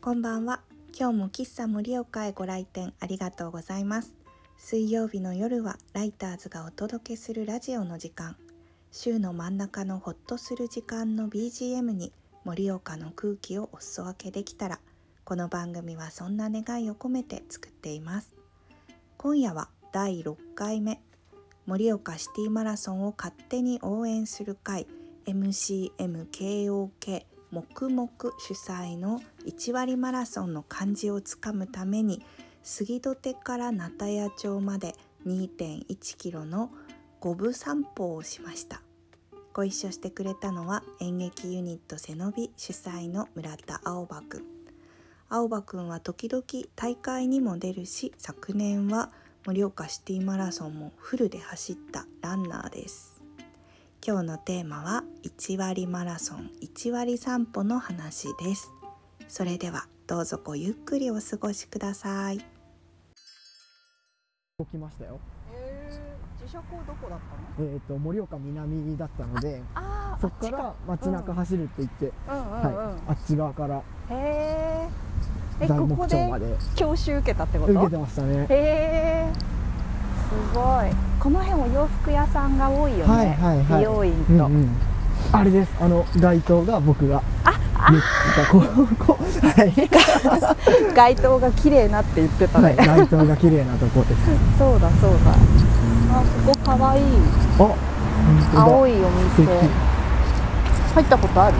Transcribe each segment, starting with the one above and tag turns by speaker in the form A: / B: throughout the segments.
A: こんばんは。今日も喫茶盛岡へご来店ありがとうございます。水曜日の夜はライターズがお届けするラジオの時間。週の真ん中のほっとする時間の BGM に盛岡の空気をお裾分けできたら、この番組はそんな願いを込めて作っています。今夜は第6回目。盛岡シティマラソンを勝手に応援する会 MCMKOK 黙々主催の1割マラソンの漢字をつかむために杉戸手から名田屋町まで2.1キロの五分散歩をしましたご一緒してくれたのは演劇ユニット背伸び主催の村田青葉くん青葉くんは時々大会にも出るし昨年は盛岡シティマラソンもフルで走ったランナーです今日のテーマは1割マラソン1割散歩の話ですそれではどうぞごゆっくりお過ごしください
B: 動きましたよ。
C: えー、自社校どこだったの
B: えっ、と盛岡南だったので、
C: あ
B: そこから街中走るって言って、
C: うんうんうん、
B: はい、あっち側から
C: へええ
B: 材
C: こ
B: 木
C: こ
B: 町ま
C: で
B: で
C: 教習受けたってこ
B: 受け
C: と
B: てましたね。
C: へえすごいこの辺お洋服屋さんが多いよね、
B: はいはいはい
C: 美容院
B: うん
C: と、
B: うん。あれです。あの街灯が僕が言ってたこうこうはい
C: 街灯が綺麗なって言ってた
B: は
C: ね、
B: い街灯が綺麗なとこです。
C: そうだそうだあここかわいい
B: あ、本当だ。
C: 青いお店
B: 素敵
C: 入ったことある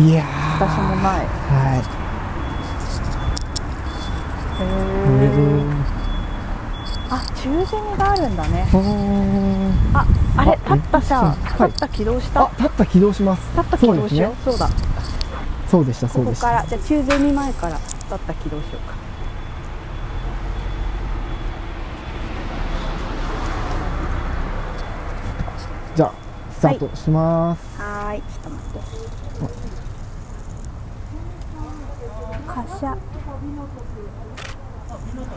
B: いやー。
C: 私もないへ
B: はい。へ
C: えあ中禅があるんだね
B: ーおー
C: ああれ
B: あ
C: 立ったさ立
B: はい
C: った起動した、
B: あ、立った起動します。
C: 立った起動しよう
B: そうですね。
C: そう,、だ
B: そうでした、そ
C: こ
B: う
C: こ
B: でし
C: か
B: た。
C: らじゃあ中禅に前から立った起動しようか
B: じゃあ、スタートします。
C: はーい、ちょっと待って。カシャ。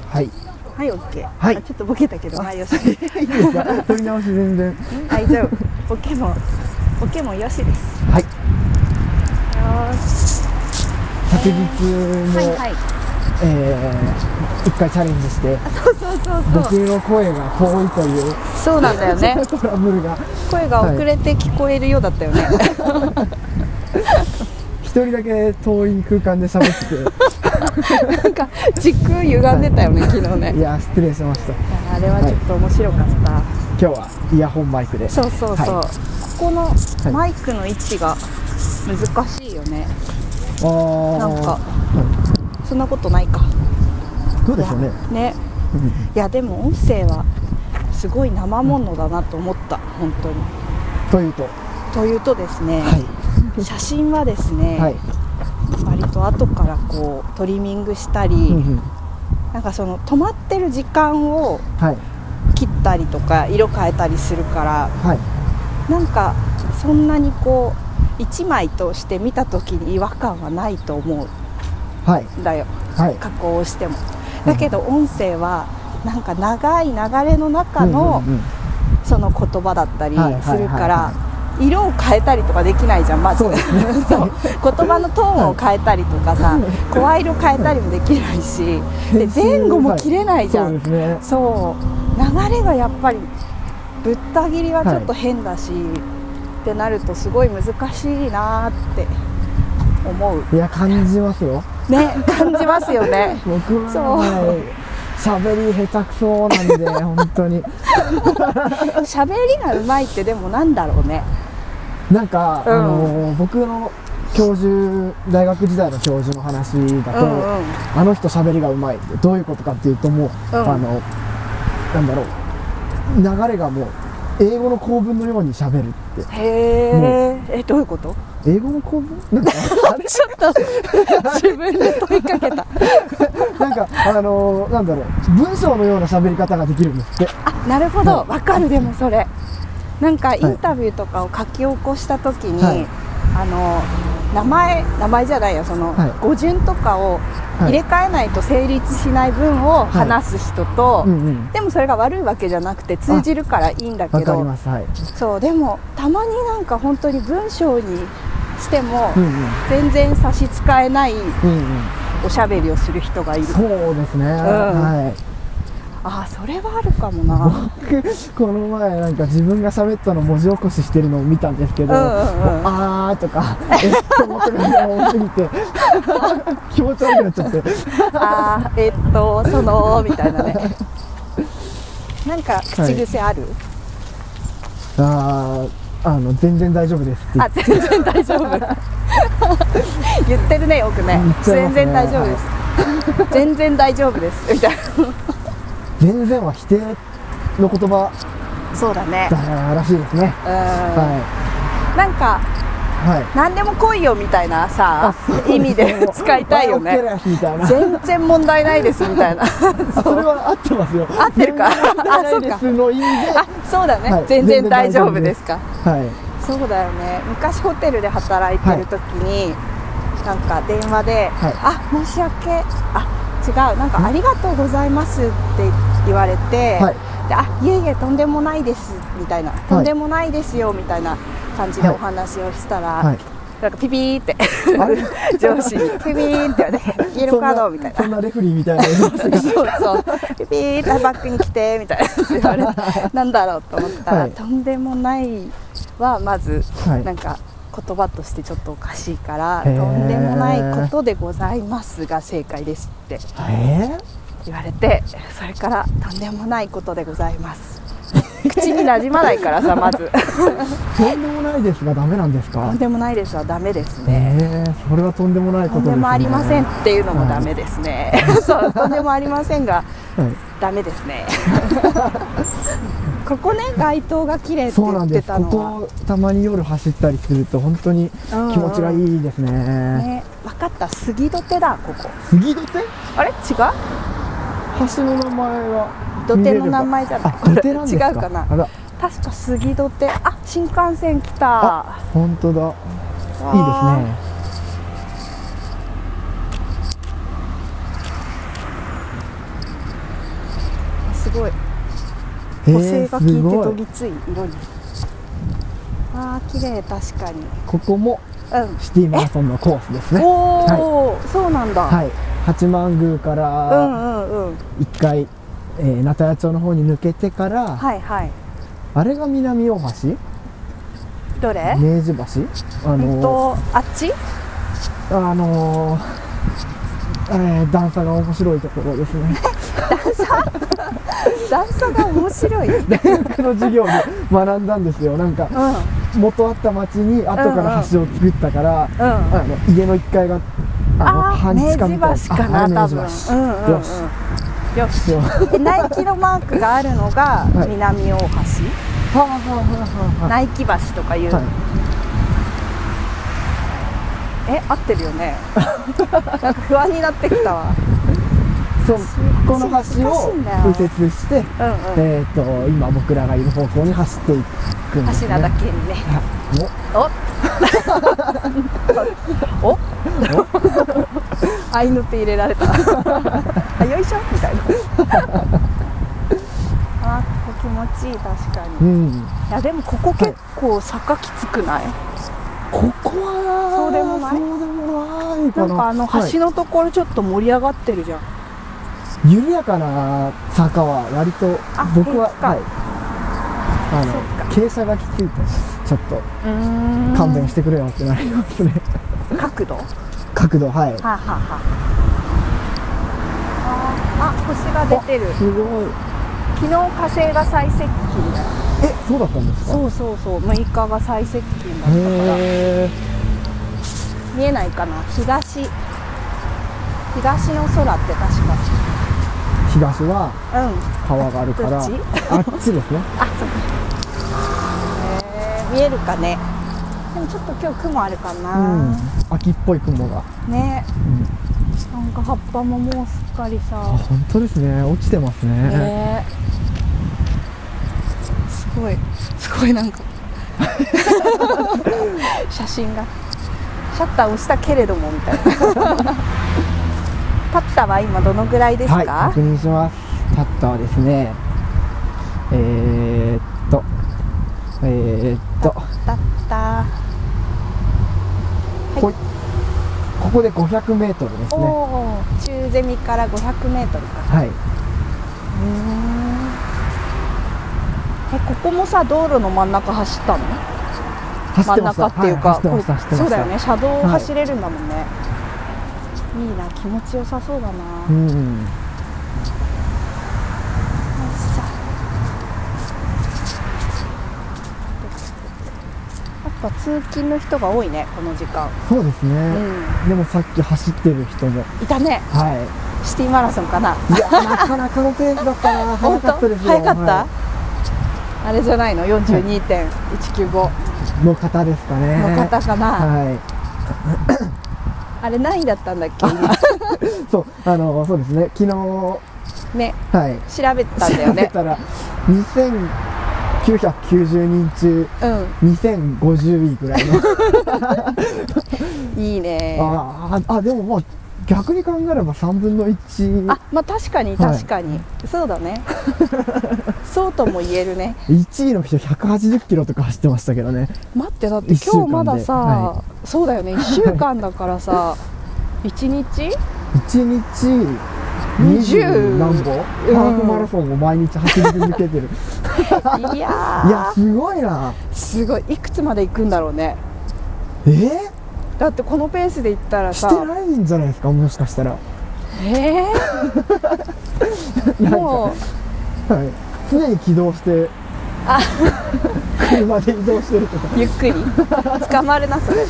B: はい。
C: はい、オッケー。
B: はい
C: あちょっとボケたけど、はい、よし。
B: いいですか撮り直し全然
C: 大丈夫。ボケも、ボケもよしです。
B: はい
C: よーし。
B: 昨日も、
C: はいはい。
B: えー一回チャレンジして
C: そうそうそう
B: 僕
C: そう。
B: の声が遠いという
C: そうなんだ よね。
B: トラブルが
C: 声が遅れて聞こえるようだったよね。
B: 一人だけ遠い空間で喋って
C: なんか軸歪んでたよね、昨日
B: てい
C: ね。
B: やー失礼しました
C: あれはちょっと面白かった。
B: 今日はイヤホンマイクで
C: そうそうそう。
B: は
C: ここの
B: い
C: マイクの位置が難しいよね。
B: あー
C: なんかそんなことないか。
B: どうでしょうね
C: ね
B: うん
C: いやでも音声はすごい生ものだなと思った本当に
B: というとは
C: というとですね、
B: い
C: 写真はですね、
B: はい
C: 割と後からこうトリミングしたり、
B: うんうん
C: なんかその止まってる時間を
B: はい
C: 切ったりとか色変えたりするから
B: はい
C: なんかそんなにこう1枚として見た時に違和感はないと思
B: はい
C: うんだよ
B: はい
C: 加工をしても。だけど音声はなんか長い流れの中の、
B: うんうんうん
C: その言葉だったり
B: はいはい
C: するか
B: は
C: ら色を変えたりとかできないじゃんまず
B: そうですね
C: そう言葉のトーンを変えたりとかさ声色変えたりもできないしで前後も切れないじゃ
B: そうんですね
C: そう流れがやっぱりぶった切りはちょっと変だし、ってなるとすごい難しいなーって思う
B: いや感じますよ
C: ね感じますよ ね
B: 僕は
C: そう
B: はい喋り下手くそなんで 本当に
C: 喋りがうまいってでもなんだろうね
B: なんか、
C: うん
B: あのー僕の教授大学時代の教授の話だと、
C: うんうん
B: あの人喋りがうまいってどういうことかっていうともう、
C: うん
B: あのなんだろう流れがもう英語の構文のように喋るっ
C: へええどういうこと
B: て英語の構文なんか あれ
C: ちょっと自分で問いかけた
B: なんかあのーなんだろう文章のような喋り方ができるんですって
C: あなるほど
B: はい
C: わかるでもそれなんかインタビューとかを書き起こした時に、
B: はい
C: あの名前名前じゃないよその、
B: はい
C: 語順とかを入れ替えないと成立しない文を話す人と、
B: うんうん
C: でもそれが悪いわけじゃなくて通じるからいいんだ
B: わ
C: け
B: かり
C: ど
B: ますはい
C: そうでもたまになんか本当に文章にしても
B: うんうん
C: 全然差し支えない
B: うんうん
C: おしゃべりをする人がいる
B: そうですね、はい
C: ああそれはあるかもな
B: この前なんか自分が喋ったの文字起こししてるのを見たんですけど、
C: うんうんうん
B: あーとか、えっと思ってるのが多すぎて、 気持ち悪くなっちゃって。
C: あーえっとそのみたいなねなんか口癖ある、
B: あー、あの、全然大丈夫ですって言っ
C: あ全然大丈夫言ってるねよくね
B: 言っちゃいますね
C: 全然大丈夫です、全然大丈夫ですみたい
B: て、全然は否定の言葉
C: なそうだね
B: だらしいですね。
C: うん、
B: は
C: なんか
B: い。はい。
C: 何でも来いよみたいな
B: あ
C: さ
B: そう
C: 意味で使いたいよ
B: オッケー
C: ね
B: ですみたいな。
C: 全然問題ないですみたいな
B: あそれは合ってますよ。
C: 合ってるか
B: 全然
C: あそうか
B: ですの意味で。
C: あそうだね、
B: はい
C: 全然大丈夫ですか
B: はい。
C: そうだよね昔ホテルで働いてる時に、なんか電話で「
B: はい
C: あ申し訳あ違うなんかありがとうございます」って言われて「
B: はい
C: であいえいえとんでもないです」みたいな「とんでもないですよ」みたいな感じで
B: はい
C: お話をしたら、
B: はい。
C: なんかピピーって
B: あれ
C: 上司に「ピピー」って 言われて「イエローカード」みたいな
B: そん。なレフリーみたい な。は
C: そうそうピピーってバックに来てみたいな言われてなんだろうと思ったら、
B: はい
C: とんでもないはまず
B: い
C: なんか言葉としてちょっとおかしいから、
B: へー
C: とんでもないことでございますが正解ですって
B: え
C: 言われてそれからとんでもないことでございます口になじまない からさまず
B: ー、とんでもないですがダメなんです
C: と
B: か
C: ん。でもないですはダメです
B: え
C: ね
B: ー、それはとんでもないこと
C: と
B: です
C: ん
B: ね。
C: でもありませんっていうのもダメですね、そうとんでもありませんが
B: はい。
C: ダメですね ここね街灯が綺麗って
B: そう
C: 言
B: なん
C: っ
B: で
C: て
B: す。
C: た
B: こ
C: のは
B: こたまに夜走ったりすると本当に気持ちがいいですね。
C: ね分かった杉戸手だここ
B: 杉戸手？
C: あれ違う
B: 橋の名前は
C: 土手の名前じゃない
B: あ、土手なんですか。
C: 違うかな
B: あら、
C: 確か杉戸手あ新幹線来た
B: 本当だ。いいですね。
C: すねすごい
B: え
C: 補正が効いて
B: すご
C: どぎつい色にあー綺麗確かに
B: ここも
C: う
B: シティマラソンのコースです
C: ん
B: ね。
C: おお、そうなんだ、
B: はい、八幡宮か
C: う
B: ら
C: んうんうん
B: 一回、えー、名田屋町の方に抜けてから、
C: はいはい
B: あれが南大橋、
C: どれ、
B: 明治橋、あ
C: えっ
B: の
C: とあっち
B: ーあのーえー、段差が面白いところですね。
C: 段差が面白い、うん、
B: 僕の授業で学んだんですよ。なんか
C: う
B: 元あった町に後から橋を作ったから、
C: ん
B: あの家の一階があの
C: あー
B: 半地下みたい
C: 明治橋かな
B: ああれ明
C: 多
B: 治
C: 分
B: 橋
C: うんうんうん
B: よし
C: よし
B: ではは
C: でナイキのマークがあるのが
B: はい
C: 南大橋、
B: あはあはあは
C: ナイキ橋とかいう、
B: あはい
C: え合ってるよねなんか不安になってきたわ
B: そうこの橋を
C: 難しいんだよ
B: 右折して、
C: うんうん
B: えー、と今僕らがいる方向に走っていくんです、
C: 橋
B: ね、
C: なだけにね おおアイヌって入れられ たあよいしょみたいなあここ気持ちいい確か
B: おう
C: に
B: ん
C: いやでもここ結構坂きつくない、
B: ここは
C: そうでもない
B: そうでもないか
C: な
B: なん
C: かあの
B: はい
C: 橋のところちょっと盛り上がってるじゃん、
B: 緩やかな坂は割と
C: あ
B: 僕は
C: 平気か
B: はいあの傾斜がきついとちょっと
C: うーん
B: 勘弁してくれよってなりますね、
C: 角度は
B: 角度はい
C: あ、はあはあ、あーあ星が出てる
B: すごい
C: 昨日火星が最接近だよ
B: えそうだったんですか
C: そうそうそう6日が最接近だったか
B: へ
C: ら
B: え
C: 見えないかな東東の空って確
B: 東は
C: かうん
B: 川があるから
C: どっち
B: あっちですね
C: あそうへー見えるかねでもちょっと今日雲あるか
B: う
C: な、
B: ん秋っぽい雲が
C: ね、
B: ん
C: なんか葉っぱももうすっかり
B: あ
C: さ、
B: 本当ですね落ちてますね
C: ねすごいすごいなんか写真がシャッター押したけれどもみたいなパッタは今どのぐらいですか、
B: はい確認しますタッターはですねえー、っとえー、っと
C: パッタはい
B: こいここで500メートルです
C: お
B: ね。
C: おー中ゼミから500メートルか
B: はい。
C: うーんえここもさ道路の真ん中走ったの
B: 走っ
C: 真
B: て
C: ん
B: ました。
C: 中っていう
B: は
C: か、
B: 走ってました。
C: こ
B: 走って
C: れ
B: ました。
C: そうだよね車道を
B: い
C: 走れるんだもんね、いいな気持ちよさそうだな、
B: うん。
C: さやっぱ通勤の人が多いねこの時間、
B: そうです
C: う
B: ね。
C: ん、
B: でもさっき走ってる人も。
C: いたね
B: は。
C: シティマラソンかない
B: いや、なかなかのペースだったな。早
C: 本当
B: かったですよ。
C: 早かった、
B: は
C: あれじゃないの42.195
B: いの方ですかね。
C: の方かな、
B: はい。
C: あれ何位だったんだっけ 今
B: そう、あの、そうですね、昨日、は
C: ね
B: い、
C: 調べたんだよ
B: 調べ
C: ね
B: たら、2990人中、2050位ぐらい の。
C: うんいいね
B: あーあ、でもまあ、逆に考えれば3分の1、
C: あまあ確かに
B: はい
C: 確かに、そう だねそうとも言えるね
B: 1位の人180キロとか走ってましたけどね。
C: 待ってだって
B: 一週間
C: 今
B: で
C: 日まださ、
B: は
C: そうだよね1週 間だからさ1日
B: 1日、
C: 20
B: 20何本
C: うん
B: ハーフマラソンを毎日走り続け てる。
C: いや
B: いや、
C: ー
B: すごいな。
C: すごいいくつまで行くんだろうね
B: えー
C: だってこのペースで行ったら
B: して
C: さ
B: ないんじゃないですか、もしかしたら。
C: えー、も
B: はい、常に起動して
C: あ
B: 車で移動してるとか
C: うゆっく り捕まるなそれへ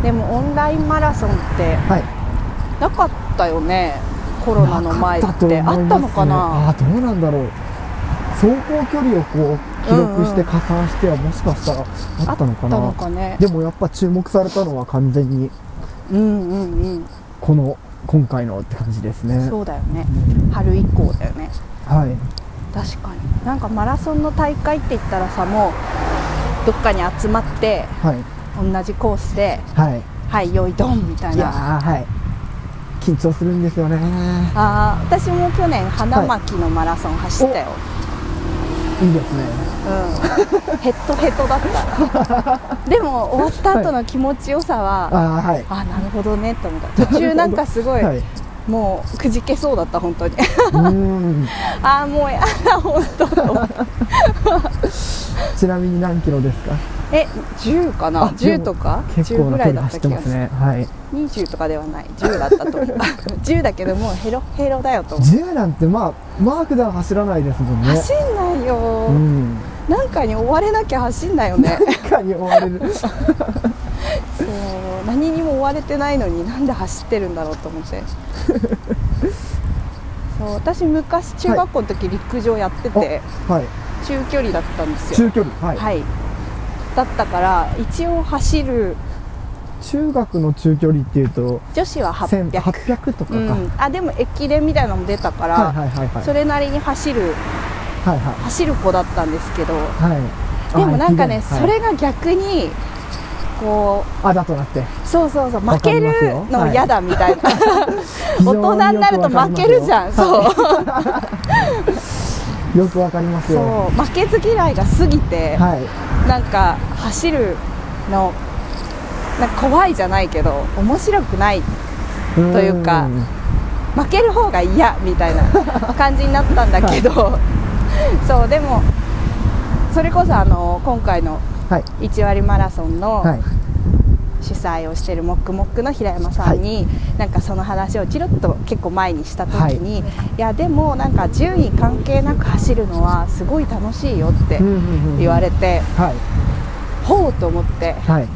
C: ーでもオンラインマラソンって
B: はい
C: なかったよねコロナの前って
B: なかと思います
C: あ
B: ね
C: ったのかな
B: あーどうなんだろう走行距離をこう記録して加算してはもしかしたらあったのかな、
C: あったのかね
B: でもやっぱ注目されたのは完全に
C: うんうんうん
B: この今回のって感じですね
C: そうだよね春以降だよね
B: はい
C: 確かになんかマラソンの大会って言ったらさもうどっかに集まって
B: はい
C: 同じコースで
B: はい
C: はいよいどんみたい
B: いやー
C: な
B: はい緊張するんですよね
C: あー私も去年花巻のマラソン走ったよ、
B: いいですね
C: うん、ヘッドヘッドだった でも終わった後の気持ちよさは、
B: あーはい
C: あなるほどねって思った途中なんかすごい、
B: はいう
C: もうくじけそうだった本当
B: ー
C: に
B: ん
C: ああもうやだ本当
B: ちなみに何キロですか
C: え10かな
B: あでも
C: 10とか
B: 結
C: 10
B: 構
C: ぐ
B: な距
C: らい
B: 離
C: だっ
B: 走
C: た
B: ってま
C: 気がす
B: す
C: る、
B: ね。はい。
C: 20とかではない10だった と思う10だけどもうヘロヘロだよと思う
B: 10なんてまあマークでは走らないですもんね。
C: 走んないよ、
B: うん。
C: なんかに追われなきゃ走んない よね
B: いかに追われ る。
C: そう何にも追われてないのになんで走ってるんだろうと思って そう私昔中学校の時陸上やってて、
B: はい。
C: 中距離だったんですよ
B: 中距離。はい。
C: はいだったから一応走る
B: 中学の中距離っていうと
C: 女子は
B: 千
C: 800
B: 800とかか。
C: うん、あでも駅伝みたいなのも出たか
B: は
C: ら、
B: いはいはいはい。
C: それなりに走る
B: はいは
C: 走る子だったんですけど
B: いはい。
C: でもなんかね、
B: あ
C: そ。れが逆にこ
B: はいあだとなって。
C: うそうそうそう
B: わか
C: 負け
B: りますよ
C: るの嫌だみたいな、
B: 非常
C: 大人になると負けるじゃんそう、
B: ん。よくわかりますよ。
C: そう負けず嫌いが過ぎて、
B: はい。
C: なんか走るのなんか怖いじゃないけど面白くない
B: と
C: というか負ける方が嫌みたいな感じになったんだけど、そうでもそれこそあの今回の
B: はい
C: 1割マラソンの
B: はい
C: 主催をしてるモックモックの平山さんに、なんかその話をチロッと結構前にした時に、い、やでもなんか順位関係なく走るのはすごい楽しいよって
B: うんうんうん
C: 言われて、
B: はい
C: ほうと思って
B: はい。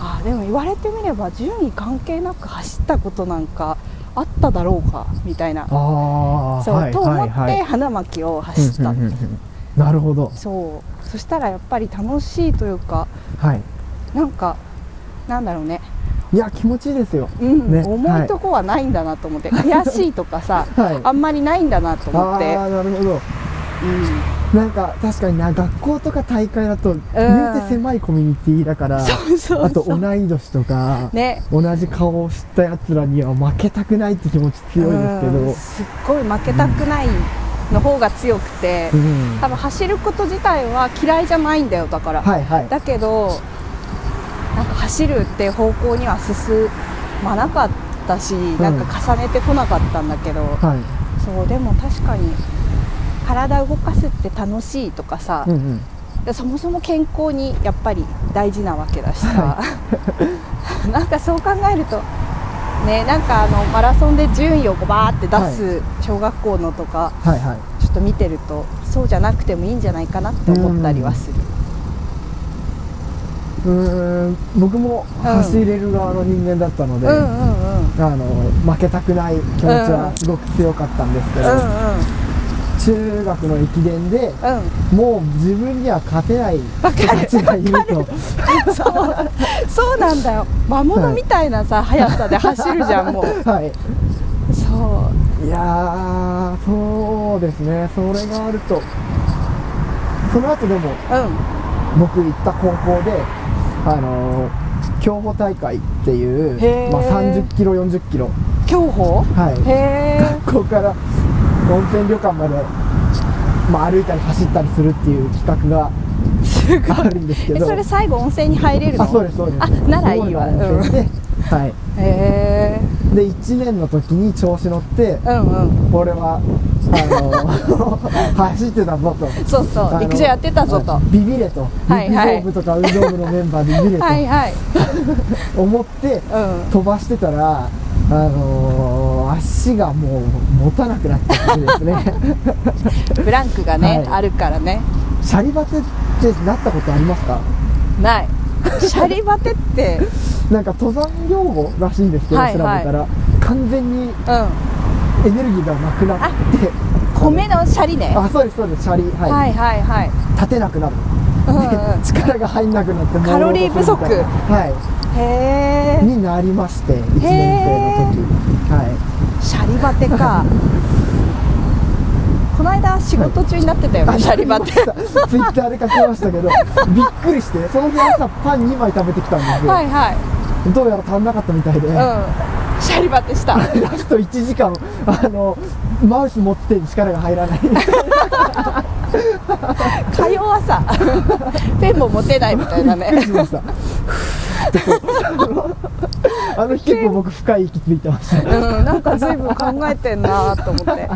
C: あでも言われてみれば順位関係なく走ったことなんかあっただろうかみたいな
B: ああ。
C: そう、
B: はい
C: と思
B: は
C: っ
B: い
C: て
B: はい
C: 花巻を走った、
B: うんうんうんうんなるほど。
C: そうそしたらやっぱり楽しいというか
B: はい。
C: なんかなんだろうね,、
B: いや気持ちいいですよ。
C: うん
B: ね
C: 重いとこはないんだなと思って、悔しいとかさ
B: はい。
C: あんまりないんだなと思って
B: ああ、なるほど。
C: うん
B: なんか確かにな学校とか大会だと、言うて狭いコミュニティだから、
C: そうそう
B: あと同い年とか、
C: ね
B: 同じ顔を知ったやつらには負けたくないって気持ち強いですけど、
C: うんすっごい負けたくないの方が強くて、
B: うん
C: 多分走ること自体は嫌いじゃないんだよだから、
B: はいはい
C: だけどなんか走るって方向には進まなかったし、なんか重ねてこなかったんだけど、
B: はい
C: そうでも確かに体動かすって楽しいとかさ、
B: うんうん
C: そもそも健康にやっぱり大事なわけだしさ、 なんかそう考えるとねなんかあのマラソンで順位をこうバーって出す小学校のとか、
B: はいはい
C: ちょっと見てるとそうじゃなくてもいいんじゃないかなって思ったりはする。
B: うーん僕も走れる側の人間だったので、
C: うんうんうん
B: あの負けたくない気持ちはすごく強かったんですけ
C: う
B: ど、中
C: ん
B: 学の駅伝で
C: うん
B: もう自分には勝てない人たちがいると
C: うん、そう そうなんだよ魔物みたいなさ、速さで走るじゃんもう
B: はい
C: そ
B: いやーそうですねそれがあるとその後でも
C: ううん
B: 僕行った高校であのー競歩大会っていう
C: へー、
B: まあ、30キロ40キロ
C: 競歩
B: はい
C: へえ
B: ここから温泉旅館まで、まあ、歩いたり走ったりするっていう企画
C: す
B: があるんですけ
C: え
B: ど
C: それ最後温泉に入れるの
B: あそうですそうです
C: あならいいわ
B: すごい温泉で、はい
C: へえ
B: で1年の時に調子乗って
C: うんうん
B: 俺はあの 走ってたぞと
C: そうそ
B: あの
C: う陸上やってたぞと
B: は
C: はい
B: ビビれと
C: はい
B: 陸
C: はい
B: 上部とか運動部のメンバーでビビれ
C: い
B: と
C: はい
B: 思って
C: うん
B: 飛ばしてたらあのー足がもう持たなくなってきてです ね
C: ブランクがね、
B: はい
C: あるからね
B: シャリバテってなったことありますか
C: ないシャリバテって
B: なんか登山用語らしいんですけど、
C: はいはい
B: 調べたら完全に
C: う
B: エ
C: ん
B: ネルギーがなくなって
C: 米のシャリね
B: あそうですそうですシャリはい、
C: はいはいはい
B: 立てなくなる、
C: うんうん
B: で力が入んなくなって
C: カロリー不足
B: 朦朧とするみたいなは
C: へ
B: い
C: え
B: になりまして1年生の時はい
C: シャリバテ かこの間仕事中になってたよね、シャリバテ
B: ツイッターで書きましたけどびっくりしてその日朝パン2枚食べてきたんですよ、
C: はいはい
B: どうやら足んなかったみたいで、
C: うんシャリバテした
B: ラスト1時間あのマウス持って力が入らない
C: 火曜朝 ペンも持てないみたいな
B: びっくり
C: ね
B: しました。あの日結構僕深い息ついてました。
C: うんなんか随分考えてんなと思って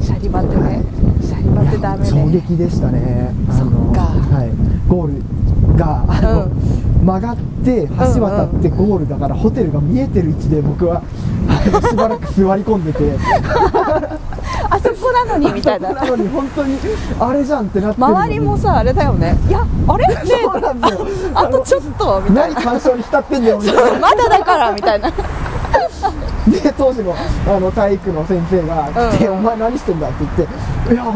C: シャリバテねシャリバテダメ
B: 衝
C: ね
B: 撃でしたね。あ
C: そっか
B: はい。ゴールがあの、曲がって橋渡ってゴールだから、ホテルが見えてる位置で僕はあのしばらく座り込んでて、
C: あそこなのにみたいな
B: なのに本当にあれじゃんってなってるのに
C: 周りもさあれだよねいやあれね
B: そうなんですよ。
C: あとちょっとみたい
B: 何
C: な
B: 干渉に浸ってんだよみたいな。
C: まだだからみたいな
B: で当時のあの体育の先生が来て、
C: うんうん
B: お前何してんだ」って言って「いやあの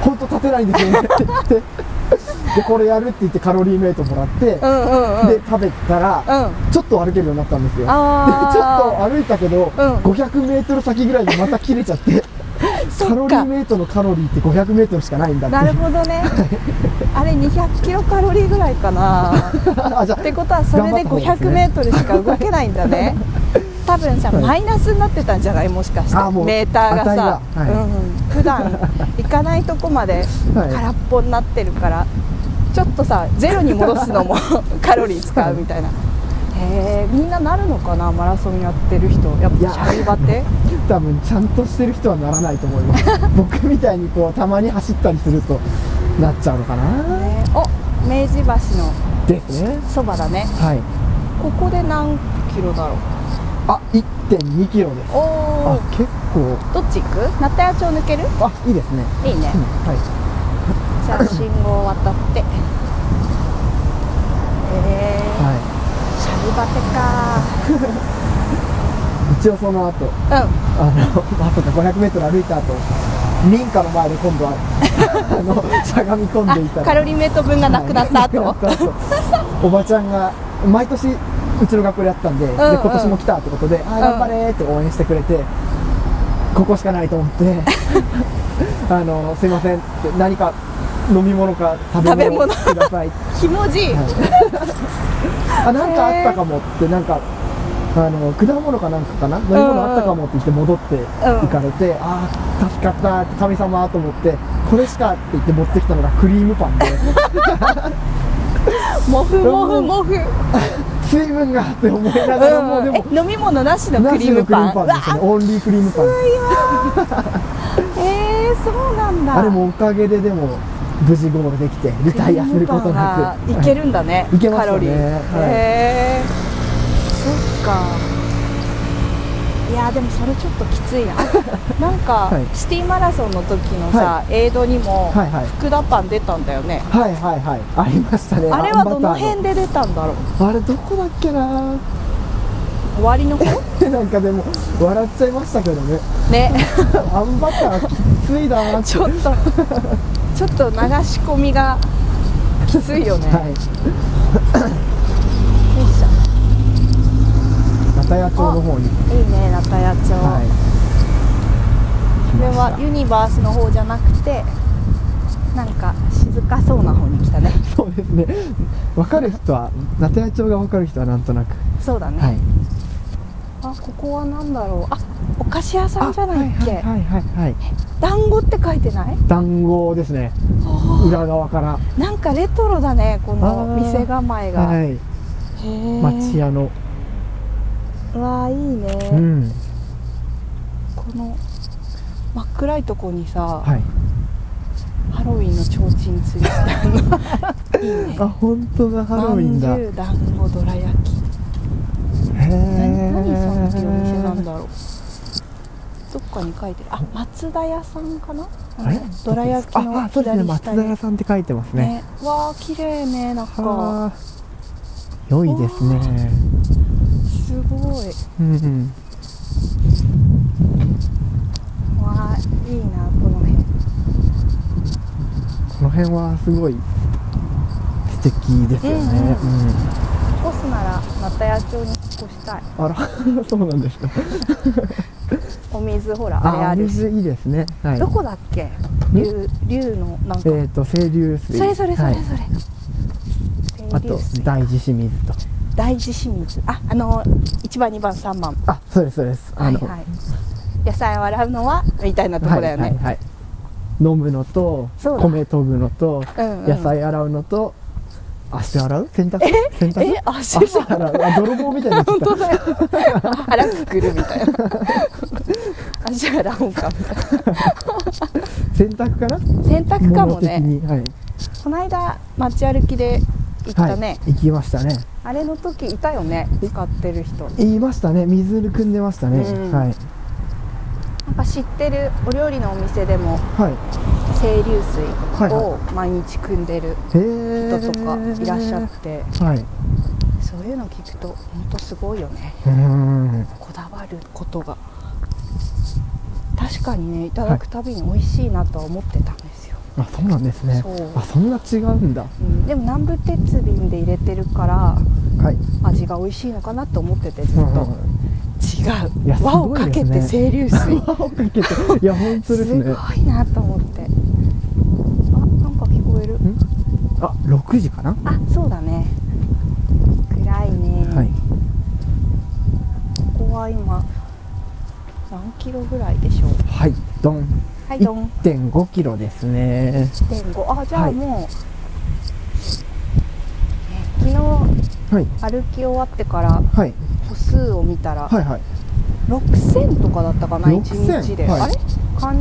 B: 本当立てないんですよ ね」って言ってでこれやるって言ってカロリーメイトもらって、
C: うんうんうん
B: で食べたら、
C: うん
B: ちょっと歩けるようになったんですよでちょ
C: あー
B: っと歩いたけど、
C: うん
B: 500m 先ぐらいでまた切れちゃ ってカロリーメイトのカロリーって 500m しかないんだって
C: なるほどねあれ200キロカロリーぐらいかな
B: あじゃあ
C: ってことはそれで
B: 頑張った方です
C: 500
B: ね
C: メートルしか動けないん だね。多分さ、
B: はい
C: マイナスになってたんじゃないもしかして
B: あもう
C: メーターが
B: 値
C: さ
B: がはい
C: うんうん、普段行かないとこまで
B: はい
C: 空っぽになってるから、ちょっとさゼロに戻すの もカロリー使うみたいな。へえみんななるのかなマラソンやってる人やっ
B: いや
C: ぱシャリバテ
B: 多分ちゃんとしてる人はならないと思い ます僕みたいにこうたまに走ったりするとなっちゃうのかな
C: ねお明治橋の
B: ですね
C: そばだね
B: はい
C: ここで何キロだろう
B: あ、1.2キロです。
C: お
B: あ
C: お、
B: 結構。
C: どっち行く那田谷町抜ける
B: あ、いいですね。
C: いい
B: う
C: ね
B: んは
C: じゃあ信号を渡って。え
B: い。は
C: ー、シャリバテか
B: い。一応その後、
C: う
B: あの、 あとか500メートル歩いた後、民家の前で今度は、 あの、しゃがみ込んでいた
C: ん。あ、
B: ら。
C: カロリーメイト分がなくなった後。
B: はいなくなった後おばちゃんが、毎年、うちの学校でやったんで、で、
C: うんうん
B: 今年も来たってことで、あー、頑張れーって応援してくれて、ここしかないと思って、 あの、すいませんって、何か飲み物か食べ物
C: 食べ
B: くださいって
C: ひもじい。
B: あなんかあったかもってなんかあの果物かなんかかな飲み物あったかもって言って戻って行かれて、ああ助かったって 神様と思ってこれしかって言って持ってきたのがクリームパンで
C: もふもふもふ
B: 水分がって思いながらも、
C: うん
B: でも、
C: え飲み物なしの
B: な
C: クリ
B: し
C: ー
B: の
C: ム
B: クリー
C: パ
B: ム
C: ン
B: パン
C: わ
B: ですね。オンリークリームパン。
C: えー、そうなんだ
B: あれもおかげででも、無事ゴールできて、リタイアすることなく。
C: いけるんだね、
B: いけま
C: カ
B: したね
C: ロリー、
B: はい
C: へえそっかいやでもそれちょっとき ついななんか、
B: はい
C: シティマラソンの時のさ、映像にも、
B: はいはい
C: 福田パン出たんだよね
B: はいはいはい。ありましたね。
C: あれはどの
B: あんバ
C: 辺で出たんだろう
B: ターのあれどこだっけな
C: 終わ りの方
B: なんかでも、笑っちゃいましたけどね。
C: ね
B: あんバターきついだなって。
C: ちょっとちょっと流し込みがきついよね、
B: はい。
C: よいしょ
B: 中谷町の方に。
C: いいね中谷町、
B: はい。
C: これはユニバースの方じゃなくてなんか静かそうな方に来たね
B: そうですね。わかる人は、ナタヤ町がわかる人はなんとなく。
C: そうだね、
B: はい。
C: あここは何だろうあお菓子屋さんじゃないっけ、
B: はいはいはいはい。
C: 団子って書いてない
B: 団子ですね。裏側から。
C: なんかレトロだねこの
B: あー
C: 店構えが、
B: はい。
C: へえ
B: 町屋の。
C: わあいいね、
B: うん。
C: この真っ暗いとこにさ、
B: はい。
C: ハロウィンの提灯ついてたの いいね
B: あ、本当だ、ハロウィンだ。
C: まん
B: へ
C: じゅう団子どら焼き
B: え。
C: 何何さんっていうお店なんだろうどっかに書いてるあ松田屋さんかな
B: あれ
C: どら焼き
B: あ
C: の
B: あ、そうですね。
C: 左
B: 松
C: 下
B: 田
C: に
B: 屋さんって書いてますね。
C: ねわあ綺麗ねなんか
B: はあ。良いですね。
C: すごい
B: うんうん。
C: わあいいなこの辺
B: この辺はすごい。素敵ですよね。
C: う
B: うん。
C: 越すなら松田屋町に引っ越したい
B: あら、 そうなんですか。
C: お水ほらあれ
B: あ、
C: あ
B: お
C: る
B: 水いいですね。はい。
C: どこだっけ竜竜のなんか
B: えっと、清流水。
C: それそれそれ
B: はい
C: それ
B: あ
C: 清
B: と
C: 流水、
B: 大地清水と。
C: 大地清水ああの1番2番3番
B: あ、そうです、そうです。あの。
C: はいはい、野菜を洗うのはみたいなとこだよね、
B: はいはいはい飲むのと
C: そうだ
B: 米研ぐのと
C: うんうん
B: 野菜洗うのと足洗う洗濯洗濯
C: え足洗
B: 足洗うあ泥棒みたいになっちゃっ
C: 本当だよ洗ってくるみたいな足洗おうかみたいな
B: た洗濯かな
C: 洗濯かも
B: 物的
C: ね
B: にはい
C: この間街歩きで行った
B: は
C: ね
B: い、行きましたね
C: あれの時いたよね使ってる人
B: 言いましたね水汲んでましたね
C: うん
B: はい
C: なんか知ってるお料理のお店でも
B: はい
C: 清流水
B: はい
C: を
B: は
C: 毎日汲んでる
B: へえ
C: 人とかいらっしゃって、
B: はい
C: そういうの聞くと本当すごいよね
B: うーん
C: こだわることが確かにねいただくたびに美味しいなとは思ってたんですよ、
B: あそうなんですね
C: そう
B: あそんな違うんだ
C: うん、でも南部鉄瓶で入れてるから
B: はい
C: 味が美味しいのかなと思っててずっ
B: う
C: と、
B: ん
C: 違
B: いや
C: う
B: す
C: 輪を
B: ごい
C: かけて
B: ですね
C: 清流水
B: いや本当ですすね
C: ごいなと思ってあなんか聞こえる
B: あ6時かな
C: あそうだね暗いね、
B: はい
C: ここは今何キロぐらいでしょう
B: はいドン
C: はいどん
B: 1.5キロですね。
C: 1.5あじゃ
B: は
C: あ
B: い
C: もう、
B: はい。
C: ね昨日歩き終わってから
B: はい。
C: 歩数を見たら、
B: はい はい。
C: 6000とかだったかな1
B: 6000
C: 日で、
B: はい
C: あれカン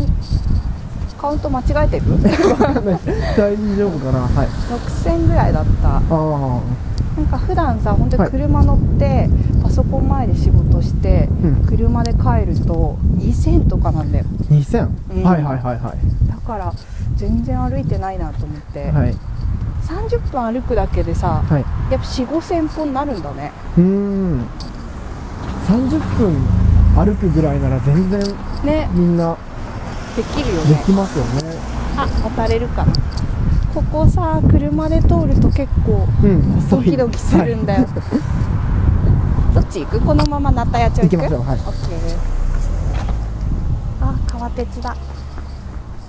C: カウント間違えてる
B: 大丈夫かなはい。
C: 6000ぐらいだった
B: あ
C: なんか普段さ本当
B: は
C: に
B: い
C: 車乗って、パソコン前で仕事して、
B: うん
C: 車で帰ると2000とかなんだよ
B: あ。2000、
C: うん
B: はいはいはいはい。
C: だから全然歩いてないなと思って、
B: はい。
C: 30分歩くだけでさ、
B: はい。
C: やっぱ4 5千歩になるんだね
B: うーん。30分歩くぐらいなら全然
C: ね
B: みんな
C: できるよ
B: で
C: ね
B: きますよね。
C: あ渡れるかなここさ車で通ると結構
B: うん。
C: ドキドキするんだよ、
B: はい
C: どっち行くこのままなたや町行
B: 行き
C: く
B: ましょうはい
C: オッケーあ川鉄だ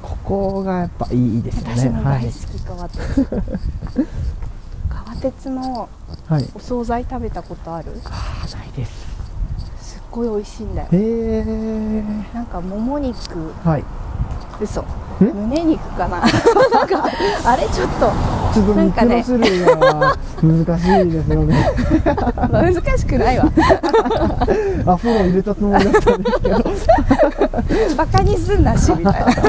B: ここがやっぱいいですよね。
C: 私も
B: は
C: 大
B: い
C: 好。き川鉄、川鉄の
B: はい。
C: お惣菜食べたことある
B: あーないです。
C: すっごい美味しいんだよ
B: へー。
C: なんかもも肉
B: はい。
C: 嘘胸肉かななんかあれちょっと
B: ちょっと
C: なん
B: 肉
C: かね
B: の種類が難しいですよ ね。
C: 難しくないわ
B: アフロ入れたつもりだったんですけど。
C: バカにすんなしみたいなそう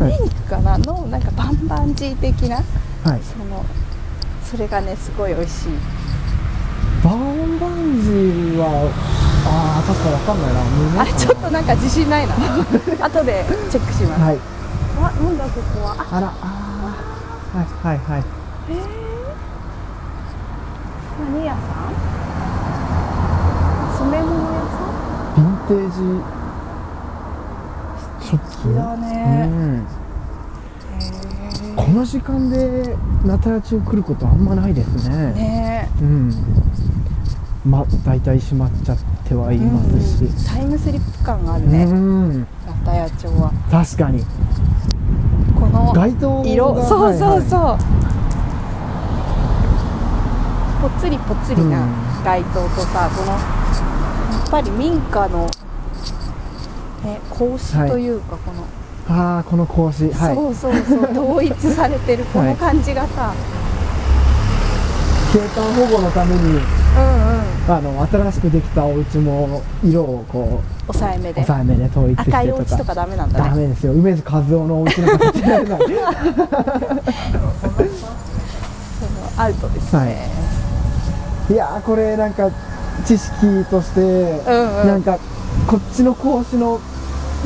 C: 胸肉かなのなんかバンバンジー的な
B: はい。
C: そのそれがねすごい美味しい
B: バンバンジーは、ああ、確かわかんないな。胸
C: あちょっとなんか自信ないな後でチェックします、
B: はい。
C: わなんだここはあ
B: あら、ああ。はい、はい、はい。
C: 何屋さん染め物屋さん
B: ヴィンテージ食器
C: だね
B: うんこの時間でナタラチを来ることあんまないですね
C: ね
B: うんま大体閉まっちゃってはい
C: え、
B: ますし
C: うんタイムスリップ感がある
B: うん、
C: ね、ラタヤ町は
B: 確かに
C: この
B: 街灯が
C: 色そうそうそう、
B: う、
C: ぽつりぽつりな街灯とさ、このやっぱり民家の、ね、格子というか、この
B: ああこの格子はい
C: そうそうそう統一されてるこの感じがさ、
B: 景観保護のために
C: うんうん
B: あの新しくできたお家も色をこ
C: 抑えめ
B: う
C: で
B: 抑えめで統一して
C: 赤いお
B: と
C: 家
B: か
C: とかダメなんだ
B: ダ
C: ね
B: メですよ梅津和夫のお家の形にならない
C: そのアウトですね、
B: いやーこれなんか知識として、
C: んうん
B: なんかこっちの格子の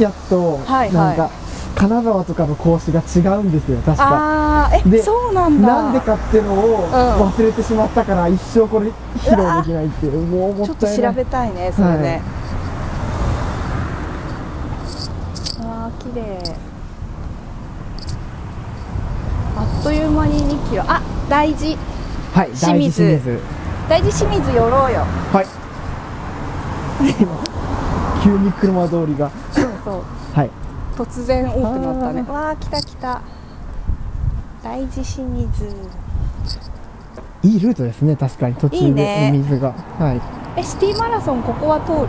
B: やつと、
C: はいはい
B: なんか金沢とかの格子が違うんですよ確か
C: ああえ
B: で
C: そうなんだ
B: なんでかってのを
C: ん
B: 忘れてしまったから一生これ披露できないっていうもうも
C: ちょ
B: っ
C: っと
B: たいな
C: 調
B: い
C: べたいねそれね、わあ綺麗あっという間に2キロあ大事
B: はい
C: 清
B: 大事清
C: 水
B: 水
C: 大事清水寄ろうよ
B: はい今急に車通りが
C: そうそう
B: はい
C: 突然多くなったね
B: あー
C: わあ来た来た大事清水
B: いいルートですね確かに途中で
C: いいね
B: お水がはい
C: えシティマラソンここは通る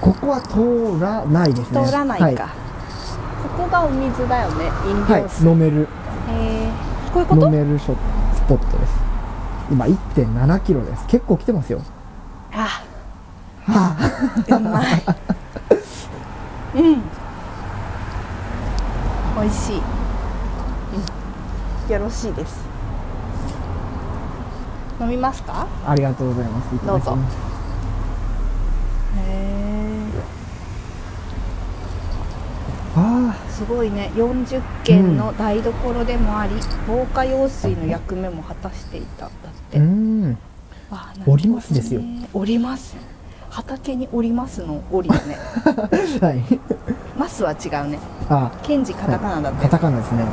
B: ここは通らないですね
C: 通らないか、
B: は
C: ここがお水だよね飲
B: はい
C: 料水、
B: 飲める
C: へえこういうこ
B: 飲
C: と
B: めるショスポットです今1.7キロです結構来てますよ
C: ああうまいうん美味しい、うん、よろしいです飲みますか
B: ありがとうございますいただきます
C: へえ
B: あ
C: すごいね40軒の台所でもあり、防火用水の役目も果たしていたんだって、
B: ーうん
C: わあなるほどね
B: おりますですよ
C: おります畑におりますのおりだ ね
B: はい
C: ますは違うね
B: あ
C: ケンジカタカナだったよ
B: カタカナですね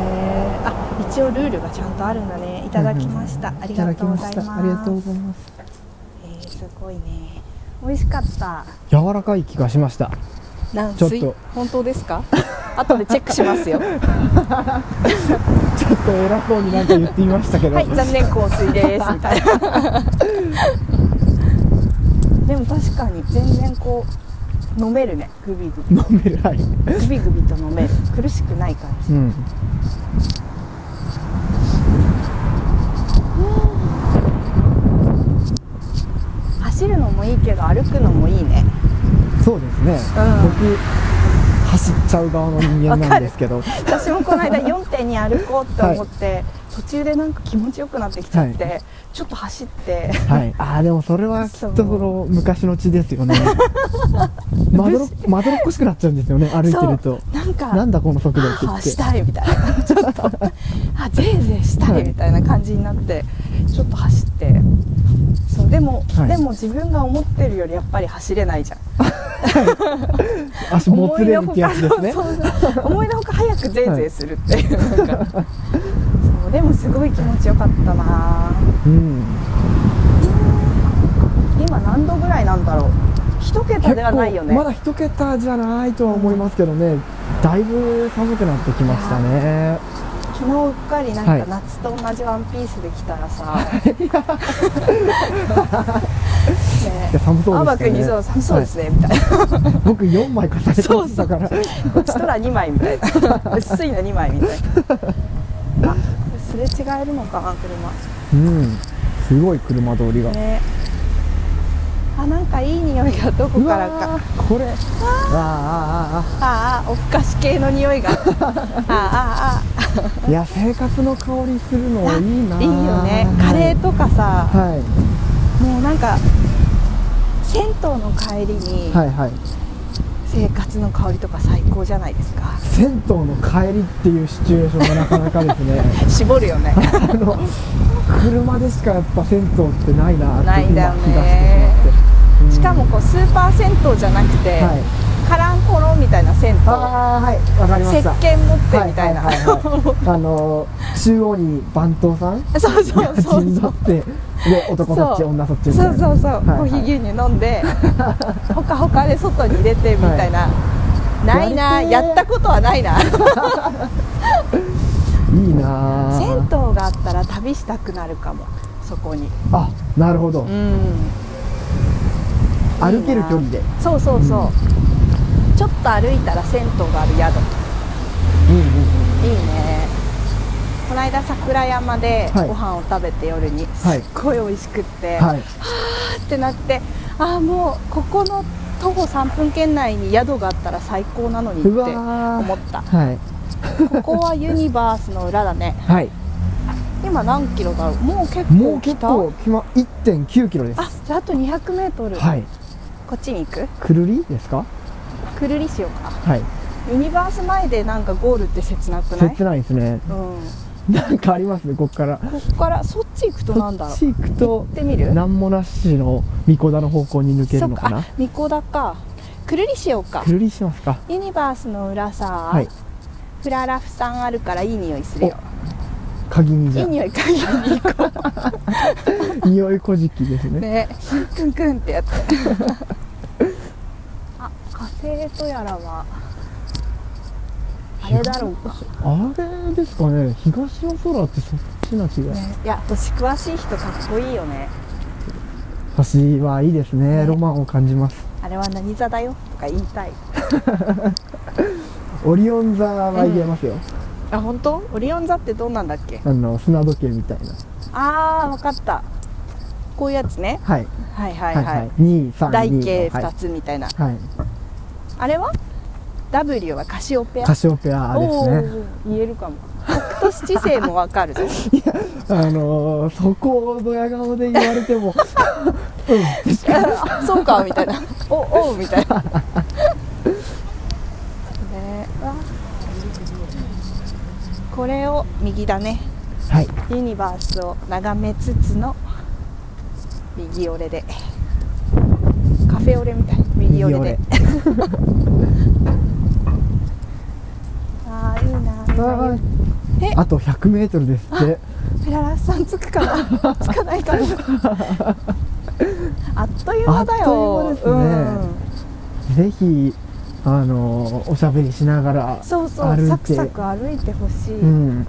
C: えーあ一応ルールがちゃんとあるんだねいただきました、ありがとうござい
B: ただきま
C: ます
B: したありがとうございます
C: えーすごいね美味しかった
B: 柔らかい気がしました
C: 軟
B: ちょっ
C: 水
B: と
C: 本当ですか 後でチェックしま すよは
B: ちょっと偉そうになんか言ってみましたけど
C: い残念香水 ですみたいな でも確かに全然こう飲めるねグビグビ
B: 飲めるはい
C: グビグビと飲める苦しくない感じ
B: うん
C: 走るのもいいけど歩くのもいいね
B: そうですね、僕走っちゃう側の人間なんですけど
C: 私もこの 間4.2歩こうって思って、途中でなんか気持ちよくなってきちゃって、ちょっと走って
B: はい、ああでもそれはきっとその昔の血ですよ ねまどろまどろっこしくなっちゃうんですよね歩いてると
C: なんか
B: なんだこの速度って
C: は
B: 言
C: あはあ
B: っ
C: したいみたいな ちょっとあぜいぜいしたいみたいな感じになって、ちょっと走ってそうでも、
B: はい
C: でも自分が思ってるよりやっぱり走れないじゃん
B: て足もつれるってやつですね
C: 思いのほかそうそう思いのほか早くぜいぜいするってい う,、なんかそうでもすごい気持ちよかったな
B: うん
C: 今何度ぐらいなんだろう一桁ではないよね
B: まだ一桁じゃないとは思いますけどね、だいぶ寒くなってきましたね
C: 昨日うっかりなん
B: はい
C: か夏と同じワンピースできたらさ、ね
B: いや寒そう
C: 青
B: で
C: 葉
B: した
C: 君にそう
B: ね
C: 寒そうですね、みたいな
B: 僕4枚重ねてましたから
C: こっちとら2枚みたいな薄いの2枚みたいなあすれ違えるのかな車
B: うんすごい車通りが、
C: ねあなんかいい匂いがどこ
B: う
C: からか
B: わーこれあーあーあ
C: ああお菓子系の匂いがああ あ
B: ーあーいや生活の香りするのいいな
C: あいいよねカレーとかさ、
B: はい
C: もうなんか銭湯の帰りに
B: はいはい
C: 生活の香りとか最高じゃないですか、
B: 銭湯の帰りっていうシチュエーションがなかなかですね
C: 絞るよね
B: あの車でしかやっぱ銭湯ってないなって
C: ないん
B: 今気
C: だ
B: が
C: よ
B: し
C: ね
B: てしまって、うん
C: しかもこうスーパー銭湯じゃなくて、
B: はい
C: カランコロンみたいな銭湯
B: ああはいわかりま
C: 石
B: した
C: 鹸持ってみたいな、
B: はいはいはいはい、あのー中央に番頭さん
C: そう そうそう
B: 陣取ってで男そっち
C: そう
B: 女そっちみたい
C: そう
B: な
C: そうそ
B: は
C: う、
B: いはい
C: コーヒー牛乳飲んでほかほかで外に出てみたいな、ない
B: や
C: な
B: りてー
C: やったことはないな銭
B: いいなあ
C: 湯があったら旅したくなるかもそこに
B: あなるほど、
C: うん
B: 歩ける距離で
C: そうそうそう、ちょっと歩いたら銭湯がある宿
B: うんうんうん
C: いいねこの間桜山で
B: はい
C: ご飯を食べて夜に、
B: はい
C: すっごい美味しくって、
B: はい
C: ってなってああもうここの徒歩3分圏内に宿があったら最高なのにって
B: うわー
C: 思った
B: はい
C: ここはユニバースの裏だね
B: はい
C: 今何キロだろうもう結構
B: もう結
C: 来た
B: 構きま1.9キロです
C: あじゃああと 200m、
B: はい
C: こっちに行く
B: くるりですか
C: くるりしようか
B: はい
C: ユニバース前でなんかゴールって切なくない
B: 切ないですね
C: うん
B: なんかありますねここから
C: ここからそっち行くとなんだ
B: こっ
C: ろう
B: ち行くと
C: 行ってみる
B: なんもなしの神子田の方向に抜けるのか
C: そ
B: な
C: っあミコダかくるりしようか
B: くるりしますか
C: ユニバースの裏さ、
B: はい
C: フララフさんあるからいい匂いするよ
B: 鍵にじ
C: いい
B: ゃ
C: 匂い嗅ぎに行こ
B: 匂いこじきです
C: う
B: ね
C: ねクンクンってやって あ火星とやらはあれだろうか、
B: あれですかね東の空ってそっちな気が、
C: ね、いや星詳しい人かっこいいよね
B: 橋はいいですね
C: ね
B: ロマンを感じます
C: あれは何座だよとか言いたい
B: オリオン座は言えますよ、
C: あ本当オリオン座ってどんなんだっけ
B: あの砂時計みたいな
C: あーわかったこういうやつね
B: はい
C: はいはい
B: は
C: はいい、
B: はい2 3
C: 台形
B: はい
C: 2つみたいな、
B: はい
C: あれは W はカシオペア
B: カシオペアですね
C: おー言えるかも北斗七星もわかる
B: あのー、そこをドヤ顔で言われて も
C: あそうかみたいなおおうみたいなねあこれを右だね
B: はい
C: ユニバースを眺めつつの右折れでカフェオレみたい右折れでああいいな
B: あ
C: 今え
B: あと 100m ですって
C: ペララスさんつくか なつかないかなあっという間だよ
B: あっという間ですぜひあのーおしゃべりしながら
C: うん、そうそ
B: 歩いうて
C: サクサク歩いてほしい、
B: うん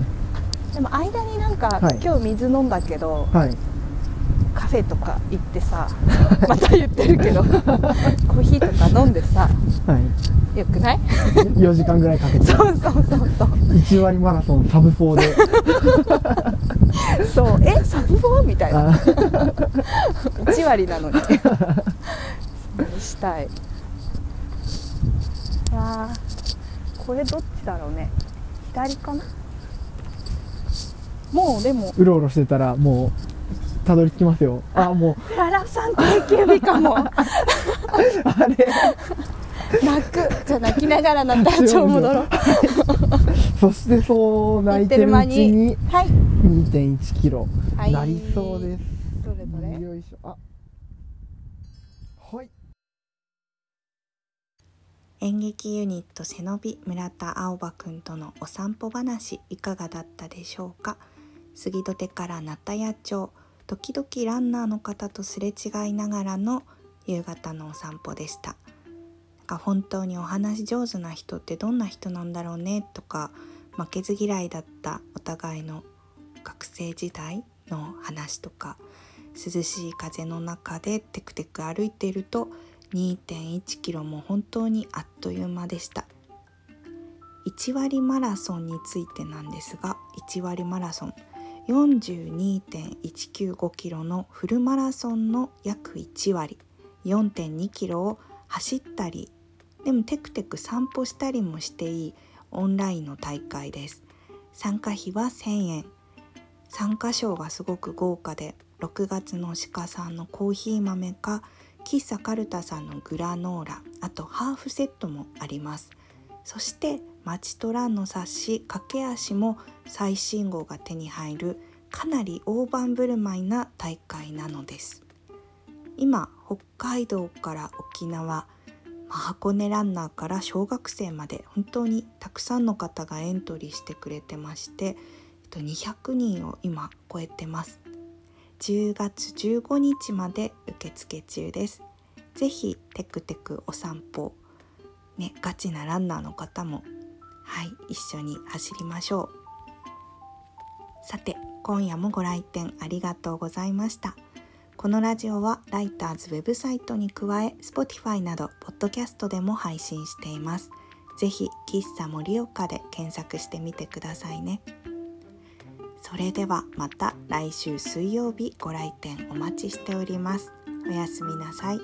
C: でも間になんか、
B: はい
C: 今日水飲んだけど
B: はい
C: カフェとか行ってさ また言ってる けどコーヒーとか飲んでさ
B: はい
C: よくない
B: 4時間ぐらいかけて
C: そうそうそうそう
B: 1割マラソンサブ4で
C: そうえサブフォーみたいな
B: あ
C: 1割な のにそうしたいわあこれどっちだろうね左かなもうでも
B: うろうろしてたらもうたどり着きますよあもう
C: ララさん定休日かも
B: あれ
C: 泣くじゃあ泣きながらなったら 超戻ろう
B: そしてそう泣
C: 泣
B: い
C: い
B: て
C: て
B: る
C: る
B: う
C: 間
B: ちに
C: にはい
B: 2.1キロ
C: はい
B: なりそうです、
C: どれどれ
B: よいしょあはい
A: 演劇ユニット背伸び村田青葉くんとのお散歩話いかがだったでしょうか杉戸手から那田谷町時々ランナーの方とすれ違いながらの夕方のお散歩でしたなんか本当にお話上手な人ってどんな人なんだろうねとか負けず嫌いだったお互いの学生時代の話とか涼しい風の中でテクテク歩いていると2.1キロも本当にあっという間でした1割マラソンについてなんですが1割マラソン42.195キロのフルマラソンの約1割4.2キロを走ったりでもテクテク散歩したりもしていいオンラインの大会です参加費は1000円参加賞がすごく豪華で6月の鹿さんのコーヒー豆か喫茶カルタさんのグラノーラあとハーフセットもありますそして「マチトラ」の冊子「駆け足」も最新号が手に入るかなり大盤振る舞いな大会なのです今北海道から沖縄まあ箱根ランナーから小学生まで本当にたくさんの方がエントリーしてくれてましてえっと200人を今超えてます10月15日まで受付中ですぜひテクテクお散歩ねガチなランナーの方もはい一緒に走りましょうさて今夜もご来店ありがとうございましたこのラジオはライターズウェブサイトに加え Spotify などポッドキャストでも配信していますぜひ喫茶盛岡で検索してみてくださいねそれではまた来週水曜日ご来店お待ちしておりますおやすみなさい